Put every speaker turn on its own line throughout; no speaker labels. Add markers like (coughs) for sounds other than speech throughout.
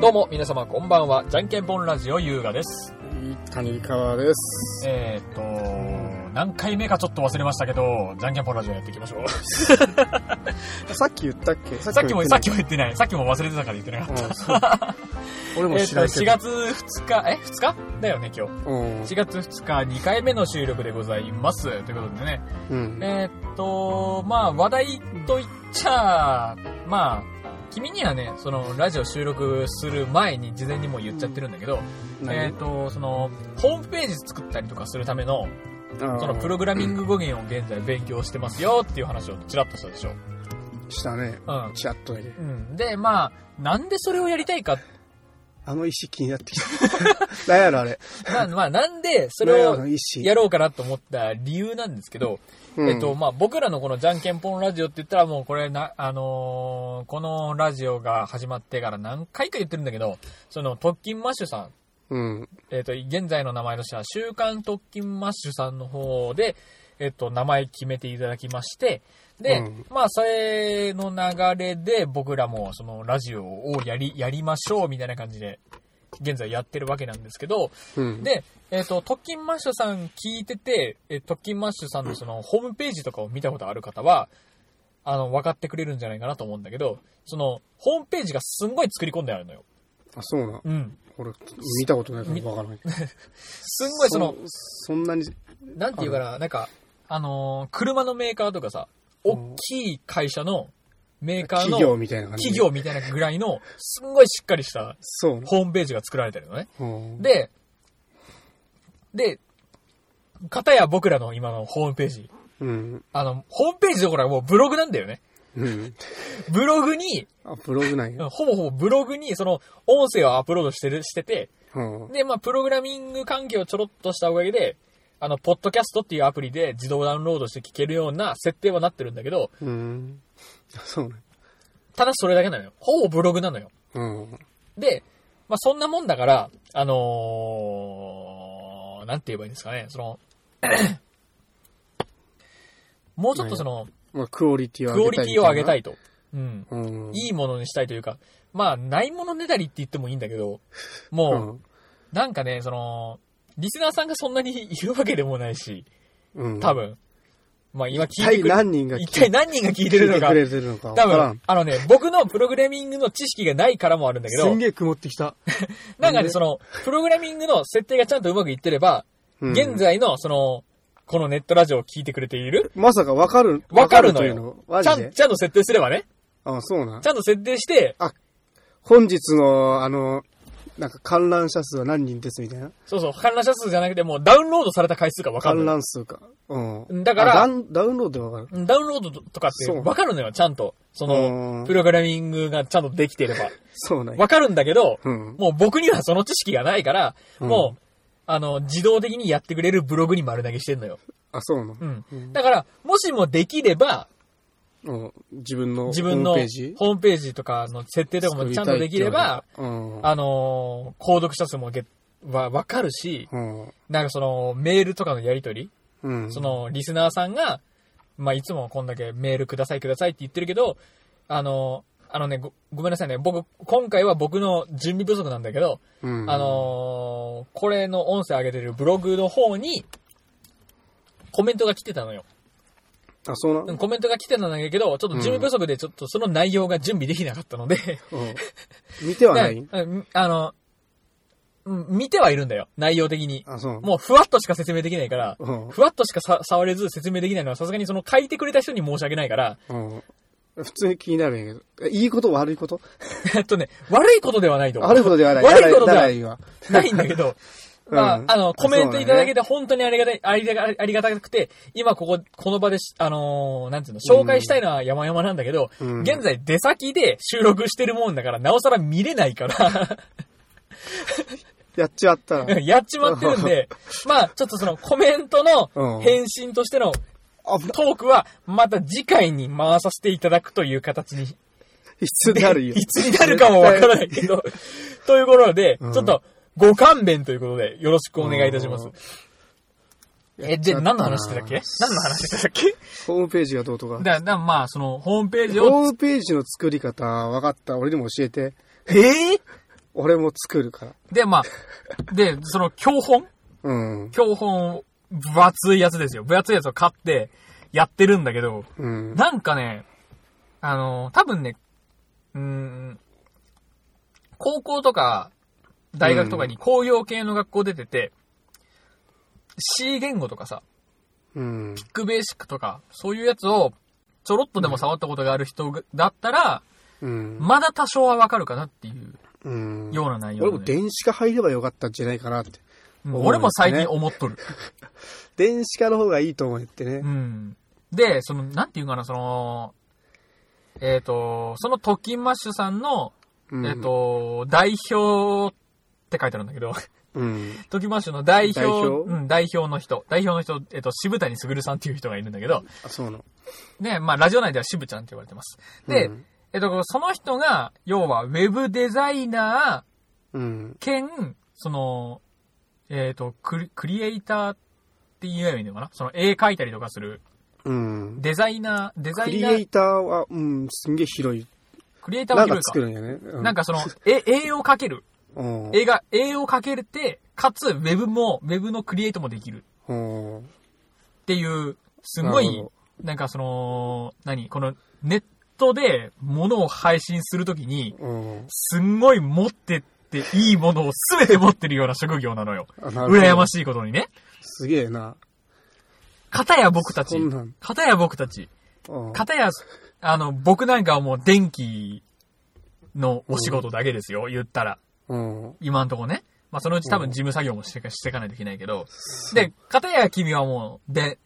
どうも皆様こんばんはじゃんけんぽんラジオ優雅です
谷川です。
えー、っと何回目かちょっと忘れましたけどじゃんけんぽんラジオやっていきましょう (laughs)
さっき言ったっけさ
さっきもさっき
も
も言ってないさっきも忘れてたから言ってなかった
言ってない。うんそう俺も
えー
知らん
っと
け
4
ど。
月2日え2日だよね今日
うん
4月2日2回目の収録でございますということでね
うん。
えー、っとまあ話題といっちゃまあ君にはねそのラジオ収録する前に事前にもう言っちゃってるんだけどえっ、
何
と、その、ホームページ作ったりとかするための、
あー
そのプログラミング語源を現在勉強してますよっていう話をちらっとしたでしょ。
したね。
うん。
チャットで。
うん、で、まあ、なんでそれをやりたいか、
あの石気になってきた。何やろあれ。
まあ、まあ、なんでそ
何
れ
やろあ
を
の石。
やろうかなと思った理由なんですけど、
うん
えっと、まあ、僕らのこのじゃんけんぽんラジオって言ったらもうこれな、あのーこのラジオが始まってから何回か言ってるんだけど、その、特勤マッシュさん、
うん。
えっ、と、現在の名前としては、週刊特勤マッシュさんの方で、えっ、と、名前決めていただきまして、で、
うん
まあ、それの流れで、僕らも、その、ラジオをやり、やりましょう、みたいな感じで、現在やってるわけなんですけど、
うん。
で、えっ、と、特勤マッシュさん聞いてて、えー特勤マッシュさんのその、ホームページとかを見たことある方は、あの、分かってくれるんじゃないかなと思うんだけど、その、ホームページがすんごい作り込んであるのよ。
あ、そうなん。
うん。
俺、見たことないからわからない。
すんごいその、
そんなに、
なんていうかな、なんか、あのー車のメーカーとかさ、大きい会社のメーカーの
企業みたいな感じ。
企業みたいなぐらいの、すんごいしっかりした
そうな。
ホームページが作られてるのね。
うん
で、で、片や僕らの今のホームページ。
うん。
あの、ホームページどころかもうブログなんだよね。
うん。
ブログに、
あ、ブログなんや。
ほぼほぼブログにその音声をアップロードしてる、してて、
うん。
で、まあ、プログラミング関係をちょろっとしたおかげで、あの、ポッドキャストっていうアプリで自動ダウンロードして聞けるような設定はなってるんだけど、
うん。そうなん。
ただそれだけなのよ。ほぼブログなのよ。
うん。
で、まあ、そんなもんだから、あのー、なんて言えばいいんですかね、その、 (coughs) もうちょっとその、
まあ、クオリティを
クオ
上
リ
げ
テ
たいみたいな。
ィを上げたいと。うん。
うん。
いいものにしたいというか、まあ、ないものねだりって言ってもいいんだけど、
う
もう、
ん。
なんかね、その、リスナーさんがそんなにいるわけでもないし、
うん。
多分。まあ今聞
一
いて
体
くれ、
何人が聞い
一体何人が聞いてるの
聞いて
か
く。れてるのか。
多
わから
分
ん、
あのね、僕のプログラミングの知識がないからもあるんだけ
す
ど
ん、げえ曇ってきた。
なんか
なん
ね、
で
その、プログラミングの設定がちゃんとうまくいってれば、
うん
現。在の、その、このネットラジオを聞いてくれている、
まさかわかる、
わかるの
とい
よ
うの。マ
ちゃ
ジ
ん、
で。
ちゃんと設定すればね、
あ、そうなん
ち。ゃんと設定して、
本日の、あの、なんか観覧者数は何人ですみたいな。
そうそう、観覧者数じゃなくて、もうダウンロードされた回数がわかる
観
のよ。
覧数か。うん。
だから
あダウンダウンロードでわかる。
ダウンロードとかって
そう
わかるのよ、ちゃんと。その
う、ん
プログラミングがちゃんとできてれば。
そうなんや
わかるんだけど、
うん。
もう僕にはその知識がないから、
うん
もう、あの、自動的にやってくれるブログに丸投げしてんのよ。
あ、そうな。
うんん。
うん
だから、もしもできれば、
うん。自分のホ
自分のホ
ームページ
ームページとかの設定とかもちゃんとできれば、、
作りたいっていうのが
あのー、購読者数もげはわかるし、
うん。
なんかその、メールとかのやりとり、
うん。うん
そ、の、リスナーさんが、まあ、いつもこんだけメールくださいくださいって言ってるけど、あのー、あのね、ごごめんなさいね。僕、今回は僕の準備不足なんだけど、
うん
あ、のーこれの音声上げてるブログの方に、コメントが来てたのよ。
あ、そうなん。
うんコメントが来てたんだけど、ちょっと準備不足で、ちょっとその内容が準備できなかったので、
(laughs) うん見てはない
だからうんあの、うん見てはいるんだよ、内容的に。
あ、そう。
もうふわっとしか説明できないから、
うん
ふわっとしかさ触れず説明できないのはさすがにその書いてくれた人に申し訳ないから、 (laughs)
うん。普通に気になるんやけど。えいいこと悪いこと
えっとね、悪いことではないと思う。
悪いことではない。
悪いことでは
な
ないい
わ。
(laughs) ないんだけど、
うん
まあ、あの、コメントいただけ
そうだ
て本当にありがたい、ありがありがたくて、今ここ、この場でし、あのーなんていうの、紹介したいのは山々なんだけど、
うん
現在出先で収録してるもんだから、なおさら見れないから、
やっち
(laughs)
ゃったら。
やっちまってるんで、まあ、ちょっとそのコメント
う
の
ん
返信としてのト
あ、
ークは、また次回に回させていただくという形に
いつにな
(laughs)
るよ。
いつになるかもわからないけど。 (laughs) ということで、
うん
ちょっと、ご勘弁ということで、よろしくお願いいたします
うん。
え、で、何の話してたっけ何の話してたっけ
ホームページがどうと
(laughs)
か。
だ、だ、まあ、その、ホームページを、
ホームページの作り方、分かった。俺にも教えて。
えぇ、
教俺も作るから。
で、まあ、で、その教本
うん。
教本、分厚いやつですよ。分厚いやつを買って、やってるんだけど、
うん。
なんかね、あの、多分ね、うーん、高校とか、大学とかに工業系の学校出てて、C 言語とかさ、
うん。
ビッグベーシックとか、そういうやつを、ちょろっとでも触ったことがある人だったら、
うん。
まだ多少はわかるかなっていう
うん。
ような内容
俺
な
も
のよ、
電子化入ればよかったんじゃないかなって。
うん
思うんですね
俺も最近思っとる。
電子化の方がいいと思ってね
う。ん。で、その、なんていうかな、その、えっ、と、そのトキンマッシュさんの、
うん。
えっ、と、代表って書いてあるんだけど、 (laughs)
うん。
トキンマッシュの代表、
代表
うん、代表の人、代表の人、えっ、と、渋谷卓さんっていう人がいるんだけど、
あ、そうなの。
ね、まあ、ラジオ内では渋ちゃんって言われてます。で、
うん
えっ、と、その人が、要は、ウェブデザイナ
うん。
ー兼、その、えっ、とクリ、クリエイターって言えばいいのかなその、絵描いたりとかする、
うん。
デザイナー、デザ
ク
イ
リ
ナー
エ、イターは、うん、すんげえ広い。
クリエイター
な
は
んか
広いか
作。るんやね。う
なん、かその、え、絵をかける。
うん。
映画、絵をかけるって、かつ、ウェブも、ウェブのクリエイトもできる
うん。
っていう、すご
なる
い
ほ、
なんかその、何この、ネットで物を配信するときに、
うん。
すんごい持ってっていいものを全て持ってるような職業なのよ。羨ま
しい。
しいことにね。
すげえな。
片や僕たち
そんなん。
片や僕たち。
うん
片や、あの、僕なんかはもう電気のお仕事だけですよ、言ったら。
うん。
今んとこね。まあ、そのうち多分事務作業もしてか、 (laughs) していかないといけないけど。で、片や君はもう、で、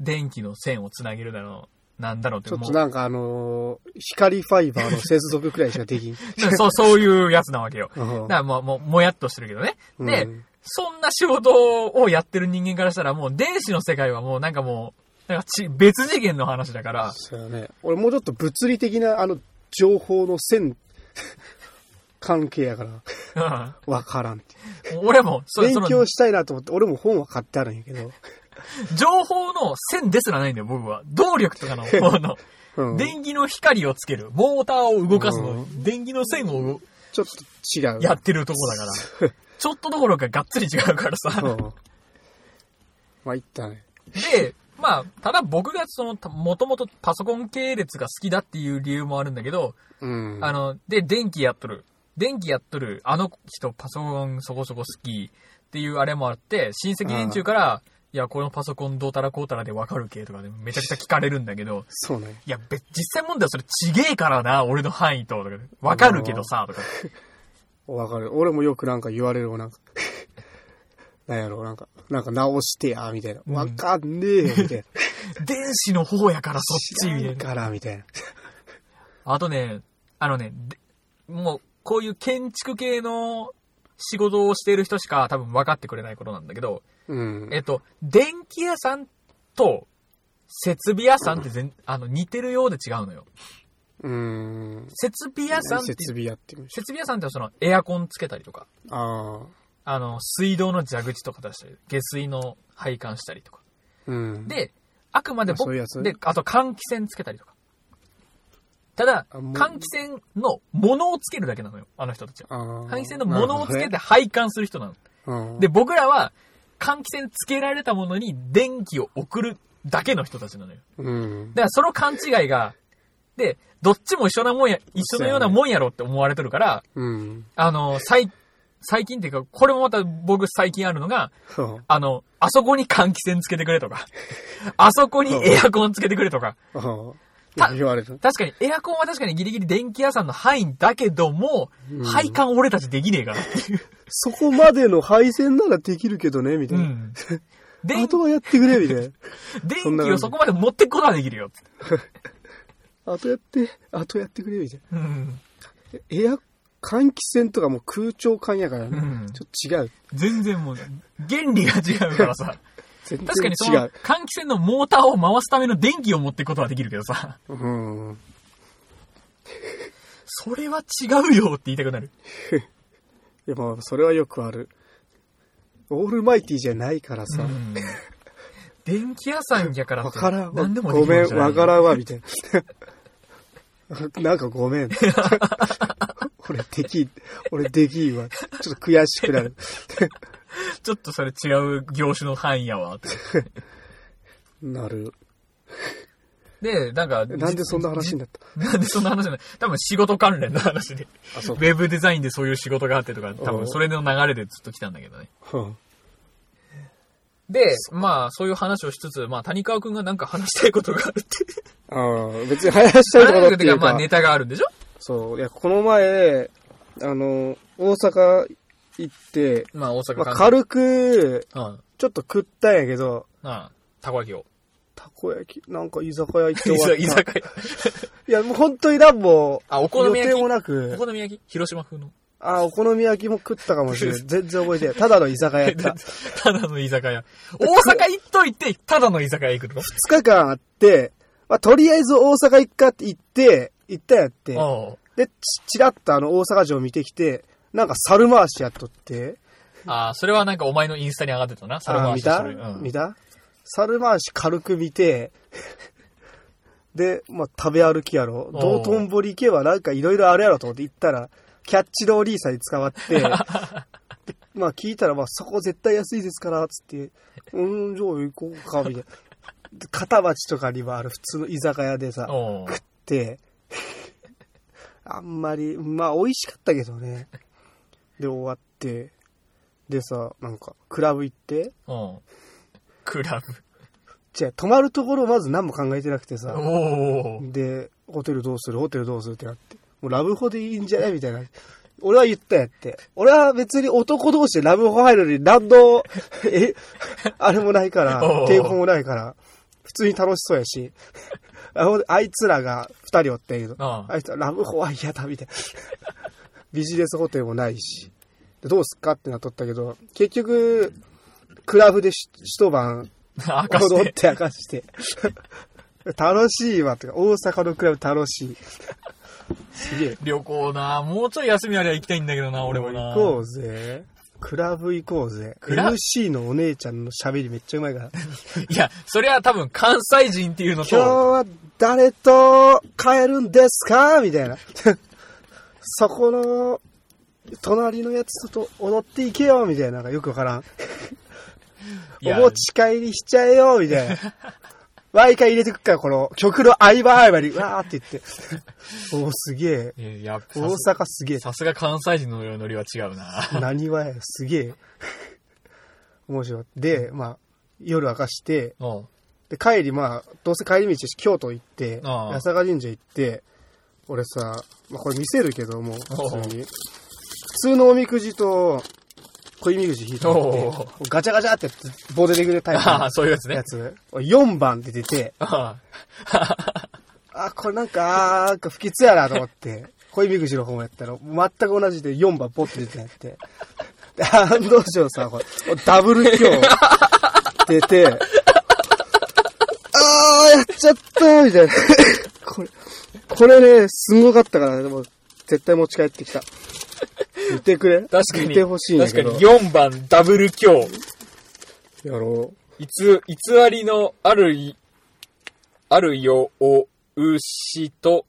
電気の線をつなげるだろう、なんだろうって
ちょっ
も
と
う。
なんかあのー光ファイバーの接続くらいしか
(laughs)
できん。
そう、そういうやつなわけよ。
う
だ
ん
からもう、もう、もやっとしてるけどね。で、
うん
そんな仕事をやってる人間からしたら、もう電子の世界はもうなんかもう、なんかち、別次元の話だから、
そうよね。俺もうちょっと物理的なあの情報の線 (laughs) 関係やからわからんって。
うん俺も、そ
勉
その、
強したいなと思って、俺も本は買ってあるんやけど。
情報の線ですらないんだよ、僕は。動力とかの、この、
うん、
電気の光をつける、モーターを動かす
う
の、電気の線を
ちょっと違う。
やってるとこだ
(laughs)
から。ちょっとどころかがっつり違うから
う
さ。
ん。まあ、いったね。
で、まあ、ただ僕がその、もともとパソコン系列が好きだっていう理由もあるんだけど、
うん。
あの、で、電気やっとる。電気やっとる。あの人、パソコンそこそこ好き。っていうあれもあって、親戚連中から、いや、このパソコンどうたらこうたらでわかるけとかでめちゃくちゃ聞かれるんだけど、
そうね。
いや、べ実際問題はそれちげえからな、俺の範囲と、とかで、わかるけどさ、とか。
わかる。俺もよくなんか言われるわ、なんか。 (laughs) なんやろう、なんか、なんか直してや、みたいな。
ん
わかんねえよ、
(laughs)
みたいな。
電子の方やからそっち、
知
みた
ら
い
ん
な。
から、みたいな。
あとね、あのね、でもう、こういう建築系の仕事をしている人しか多分分かってくれないことなんだけど、
うん。
えっと、電気屋さんと設備屋さんって全、あの、似てるようで違うのよ。
うん。
設備屋さんって、
設
設
備やってみる。
備屋さんってそのエアコンつけたりとか、
ああ。
あの、水道の蛇口とか出したり、下水の配管したりとか。
うん。、
で、あくまで
あそういうやつ
で、あと換気扇つけたりとか。ただ、
あもう
換気扇のものをつけるだけなのよ、あの人たちは。
ああ。
換気扇のものをつけ
な
て配管する人なの。
るほどね、うん。
で、僕らは、換気扇つけられたものに電気を送るだけの人たちなのよ。
うん
だ。からその勘違いが、で、どっちも一緒なもんや、一緒のようなもんやろって思われてるから、
うん。
あの、最、最近っていうか、これもまた僕最近あるのが、
そう。
あの、あそこに換気扇つけてくれと
(laughs)
か、あそこにエアコンつけてくれとか、
ああ。言われる。
確かにエアコンは確かにギリギリ電気屋さんの範囲だけども、
うん
配管俺たちできねえ
(laughs)
からっていう。
そこまでの配線ならできるけどね、みた
う
いな。
ん。電
あとはやってくれ、みたいな。
電
そんな
気をそこまで持ってくことはできるよ。
(laughs) あとやって、あとやってくれ、みたい
うん。
な。エア、換気扇とかもう空調管やからね。
うん
ちょっと違う。
全然もう、原理が違うからさ。
(laughs) 全
確かにそ
然違
の
う。
換気扇のモーターを回すための電気を持っていくことはできるけどさ、
うん。
それは違うよって言いたくなる。
いや、まあ、それはよくある。オールマイティじゃないから
う
さ。
ん電気屋さんやから
わ
って
からんわ。
何でもで
ご
き
め
る
ん、
じゃない
わからんわ、みたいな。なんかごめん。俺できん、俺できんわ。ちょっと悔しくなる。
ちょっとそれ違う業種の範囲やわ。って
なる。
で、なんか、
なんでそんな話になった
なんでそんな話じゃない多分仕事関連の話で。
あ、そ
ウ。ェブデザインでそういう仕事があってとか、多
う
分
ん
それの流れでずっと来たんだけどね。
うん
で、まあそういう話をしつつ、まあ谷川くんがなんか話したいことがある
(laughs)
って。
ああ、別に話したいところっていう
まあ
か、
ネタがあるんでしょ
そう、いや、この前、あの、大阪行って、
まあ大阪
まあ、
関
軽く、
西うん。
ちょっと食ったんやけど、
うん。たこ焼き
(laughs)
を。
たこ焼き、なんか居酒屋行って終
居
わった。い
酒屋。
や、もう本当になんも、
あ、お好
予
み焼
定
き
もな
お
く、
好み焼き広島風の。
あ、お好み焼きも食ったかもし
(laughs)
れない。全然 (laughs) 覚えてない。ただの居酒屋やった。
ただの居酒屋。大阪行っといて、ただの居酒屋
(laughs)
行くの
2日間あって、まあ、とりあえず大阪行くかって行って、行ったんやって。
おう
で、ち、ちらっとあの大阪城見てきて、なんか猿回しやっとって。
ああ、それはなんかお前のインスタに上がってたな。猿
あー
回
見
しす
た、
る。うん
見た猿回し軽く見て、 (laughs) で、まあ、食べ歩きやろ。
おう
道頓堀行けばなんかいろいろあるやろと思って行ったら、キャッチのお兄さんに捕まって、
(laughs)
でまあ聞いたら、まあそこ絶対安いですから、つって、うん、じゃあ行こうか、みたいな。で片町とかにもある普通の居酒屋でさ、
おう
って、あんまり、まあ美味しかったけどね。で終わって、でさ、なんかクラブ行って、
うん。クラブ。
じゃあ泊まるところまず何も考えてなくてさ、
おお。
で、ホテルどうするホテルどうするってなって、もうラブホでいいんじゃないみたいな。俺は言ったんやって。俺は別に男同士でラブホ入るのに何の、 (laughs) え、あれもないから
おうお、う
抵抗もないから、普通に楽しそうやし、 (laughs) あほんであいつらが二人おったんやけど、
ああ
あいつらラブホは嫌だみたいな。ビジネスホテルもないし、でどうすっかってなっとったけど、結局、クラブでし一晩
明かし。
踊ってて明かして。楽しいわ、とか、大阪のクラブ楽しい。すげえ。
旅行なもうちょい休みありゃ行きたいんだけどな、俺もな
行こうぜ。クラブ行こうぜ。
クラ
MC のお姉ちゃんの喋りめっちゃうまい
(laughs)
から。
いや、それは多分関西人っていうの
今日
と、
は誰と帰るんですかみたいな。そこの、隣のやつと踊っていけよみたいな。なんかよくわからん。
い
お
や
持ち帰りしちゃえよみたいな。毎回入れてくから、この曲の合間合間に、うわーっ
(laughs)
て言って。おーすげえ。
いやいや
大
さす
阪すげえ。
さすが関西人のノリは違うな。
何はや、すげえ。 (laughs) 面白い。で、まあ、夜明かして、
うん。
で、帰り、まあ、どうせ帰り道だし、京都行って、
ああ
八坂神社行って、俺さ、まあこれ見せるけども、普通に。普通のおみくじと、小みくじ引いてあって
おう
ガチャガチャってやって棒で出てくるタイプ
ああ、
の
そういうやつね
や。つ。4番で出て、
あ (laughs)
あ、これなんか、あーなんか不吉やなと
(laughs)
思って、恋みくじの方もやったら、全く同じで4番ポッと出てやって。で、案の定さ、これ、ダブル今日、出て、あー、やっちゃったみたいな。これ、これね、すごかったから、でも、絶対持ち帰っ
(laughs)
てきた。見てくれ
確かに。
見てほしいんだけど。
確かに4番ダブル強。
やろ
いつ、偽りのあるい、あるよ、お、うしと、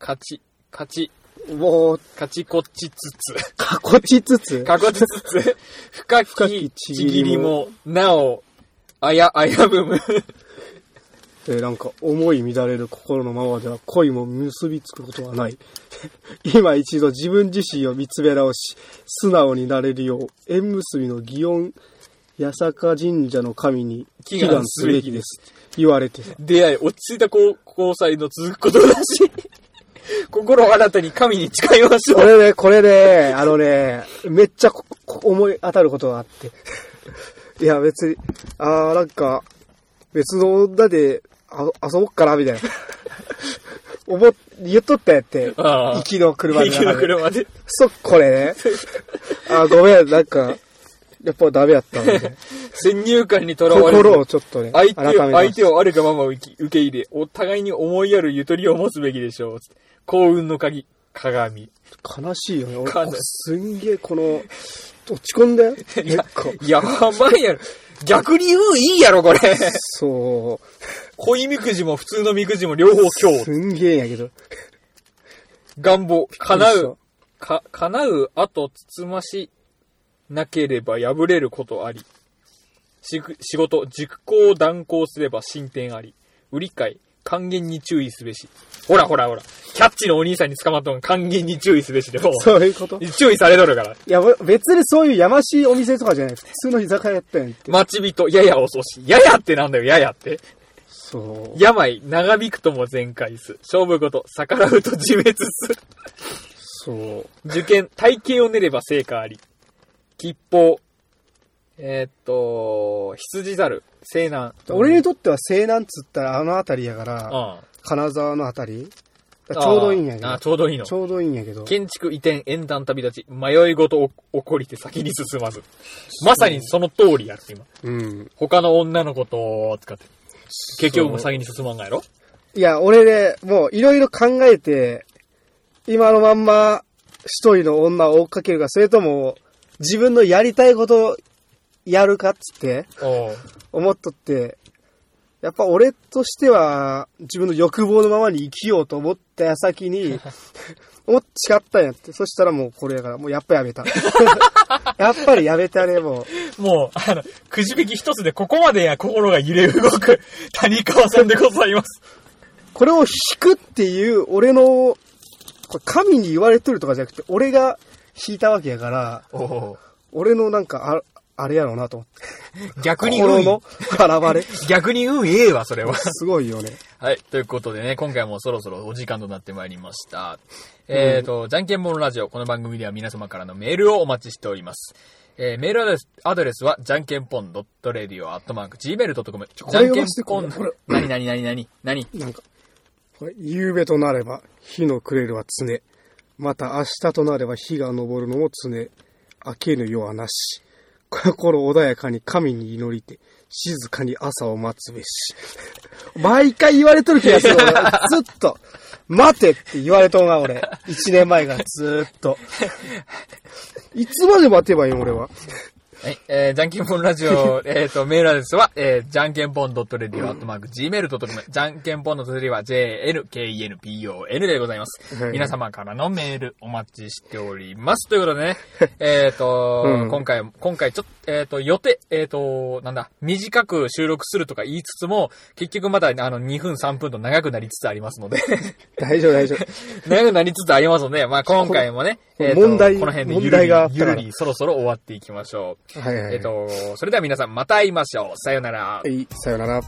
勝ち、勝ち、
う。もう、
勝ちこちつつ、
かこちつつ、
かこちつ
(laughs)
つ、深き
き
ち
ち
ぎ
ぎ
り
り
も
も、
なお、あや、あやぶむ。
えーなんか思い乱れる心のままでは恋も結びつくことはない。 (laughs) 今一度自分自身を見つめ直し、素直になれるよう、縁結びの祇園、八坂神社の神に祈願すべきです。言われてさ
出会い、落ち着いた交交際の続くことだし、 (laughs) 心を新たに神に誓いましょ
こ
う。
れね、これね、あのね、めっちゃここ思い当たることがあって。 (laughs) いや、別に、あー、なんか、別の女であ遊ぼっかな、みたいな。思っ、言っとったやって。
ああ
行きの車の中
息
で
の車で。
そ、これね。あ、ごめん、なんか、やっぱダメやったわ
(laughs)
みたいな。
(laughs) 先入観にとらわれ
心
る
を。ちょっとね、改
相手を、
めま
相
して
手をあるがまま受け受け入れ、お互いに思いやるゆとりを持つべきでしょう。つって幸運の鍵、鏡。
悲しいよね。俺、
悲しい
こすんげえこの、落ち込んだよ。結構。
やばいやろ。逆に運いいやろ、
(laughs)
これ。
そ
恋みくじも普通のみくじも両方
う。
今日。
すんげえんやけど。
願望、叶
そうう。
か、叶う後つつましなければ破れることあり。しぐ仕事、熟考断行すれば進展あり。売り買い、還元に注意すべし。ほらほらほら、キャッチのお兄さんに捕まったのが還元に注意すべしでもう、
そういうことい
注意されとるから。
や、別にそういうやましいお店とかじゃない。普通の居酒屋やったやんって。
待ち人、やや遅し。ややってなんだよ、ややって。
そう。
病、長引くとも全開す。勝負事、逆らうと自滅す。
そう。
受験、体型を練れば成果あり。吉報、えーっと、羊猿、西南。
俺に
と
とっては西南っつったらあの辺りやから、
あ
金沢の辺りだ
あ
からちょうどいいんやけ
ああ
ど。
ちょうどいいの
ち。ょうどいいんやけど。
建築移転、縁談旅立ち、迷い事起こりて先に進まず。まさにその通りやって、今。
うん。
他の女の子と、使って。結局もう先に進まんがやろ
いや、俺ね、もういろいろ考えて、今のまんま一人の女を追っかけるか、それとも自分のやりたいことをやるかっつって
おう
思っとって、やっぱ俺としては自分の欲望のままに生きようと思った矢先に、思っちゃったんやって。そしたらもうこれやから、もうやっぱやめた。 (laughs) やっぱりやめたね、もう。
もう、あの、くじ引き一つでここまでや心が揺れ動く谷川さんでございます。
これを引くっていう、俺の、これ神に言われとるとかじゃなくて、俺が引いたわけやから、
おお。
俺のなんかあ、あれやろうなと思って。
逆に
心
運
の、腹ばれ。
逆に運ええわ、それは。
すごいよね。
はい。ということでね、今回もそろそろお時間となってまいりました。えっ、と、じゃんけんぽんラジオ。この番組では皆様からのメールをお待ちしております。えーメールアドレスアドレスは、じゃんけんぽん .radio.gmail.com。
こ
じ
れ
ゃんけん
押して
ぽ
これ
ん、何何何何何
なんか、これ、夕べとなれば、火の暮れるは常。また明日となれば日が昇るのも常。明けぬ夜はなし。心穏やかに神に祈りて、静かに朝を待つべし。毎回言われとる気がする、俺。ずっと。待てって言われとんな、俺。一年前がずっと。いつまで待てばいいの、俺は。
はい。えー、じゃんけんぽんラジ
(laughs)
オ、えっ、と、メールアドレスは、えー、じゃんけんぽん .radio.gmail.com、じゃんけんぽんの .radio は jnkenpon でございます。
はい
皆様からのメールお待ちしております。ということでね、えっ、と、
うん
今回、今回ちょっと、えっ、と、予定、えっ、と、なんだ、短く収録するとか言いつつも、結局まだ、あの、2分3分と長くなりつつあります
(laughs)
ので、
大丈夫、大丈夫。
長くなりつつありますので、まあ今回もね、
こ
えーと
問題
この辺でゆ
問
る
題
り
があっ、た
ゆ
から
るり、そろそろ終わっていきましょう。
はいはい、はい。
えっと、それでは皆さんまた会いましょう。さようなら。
はい、さよなら。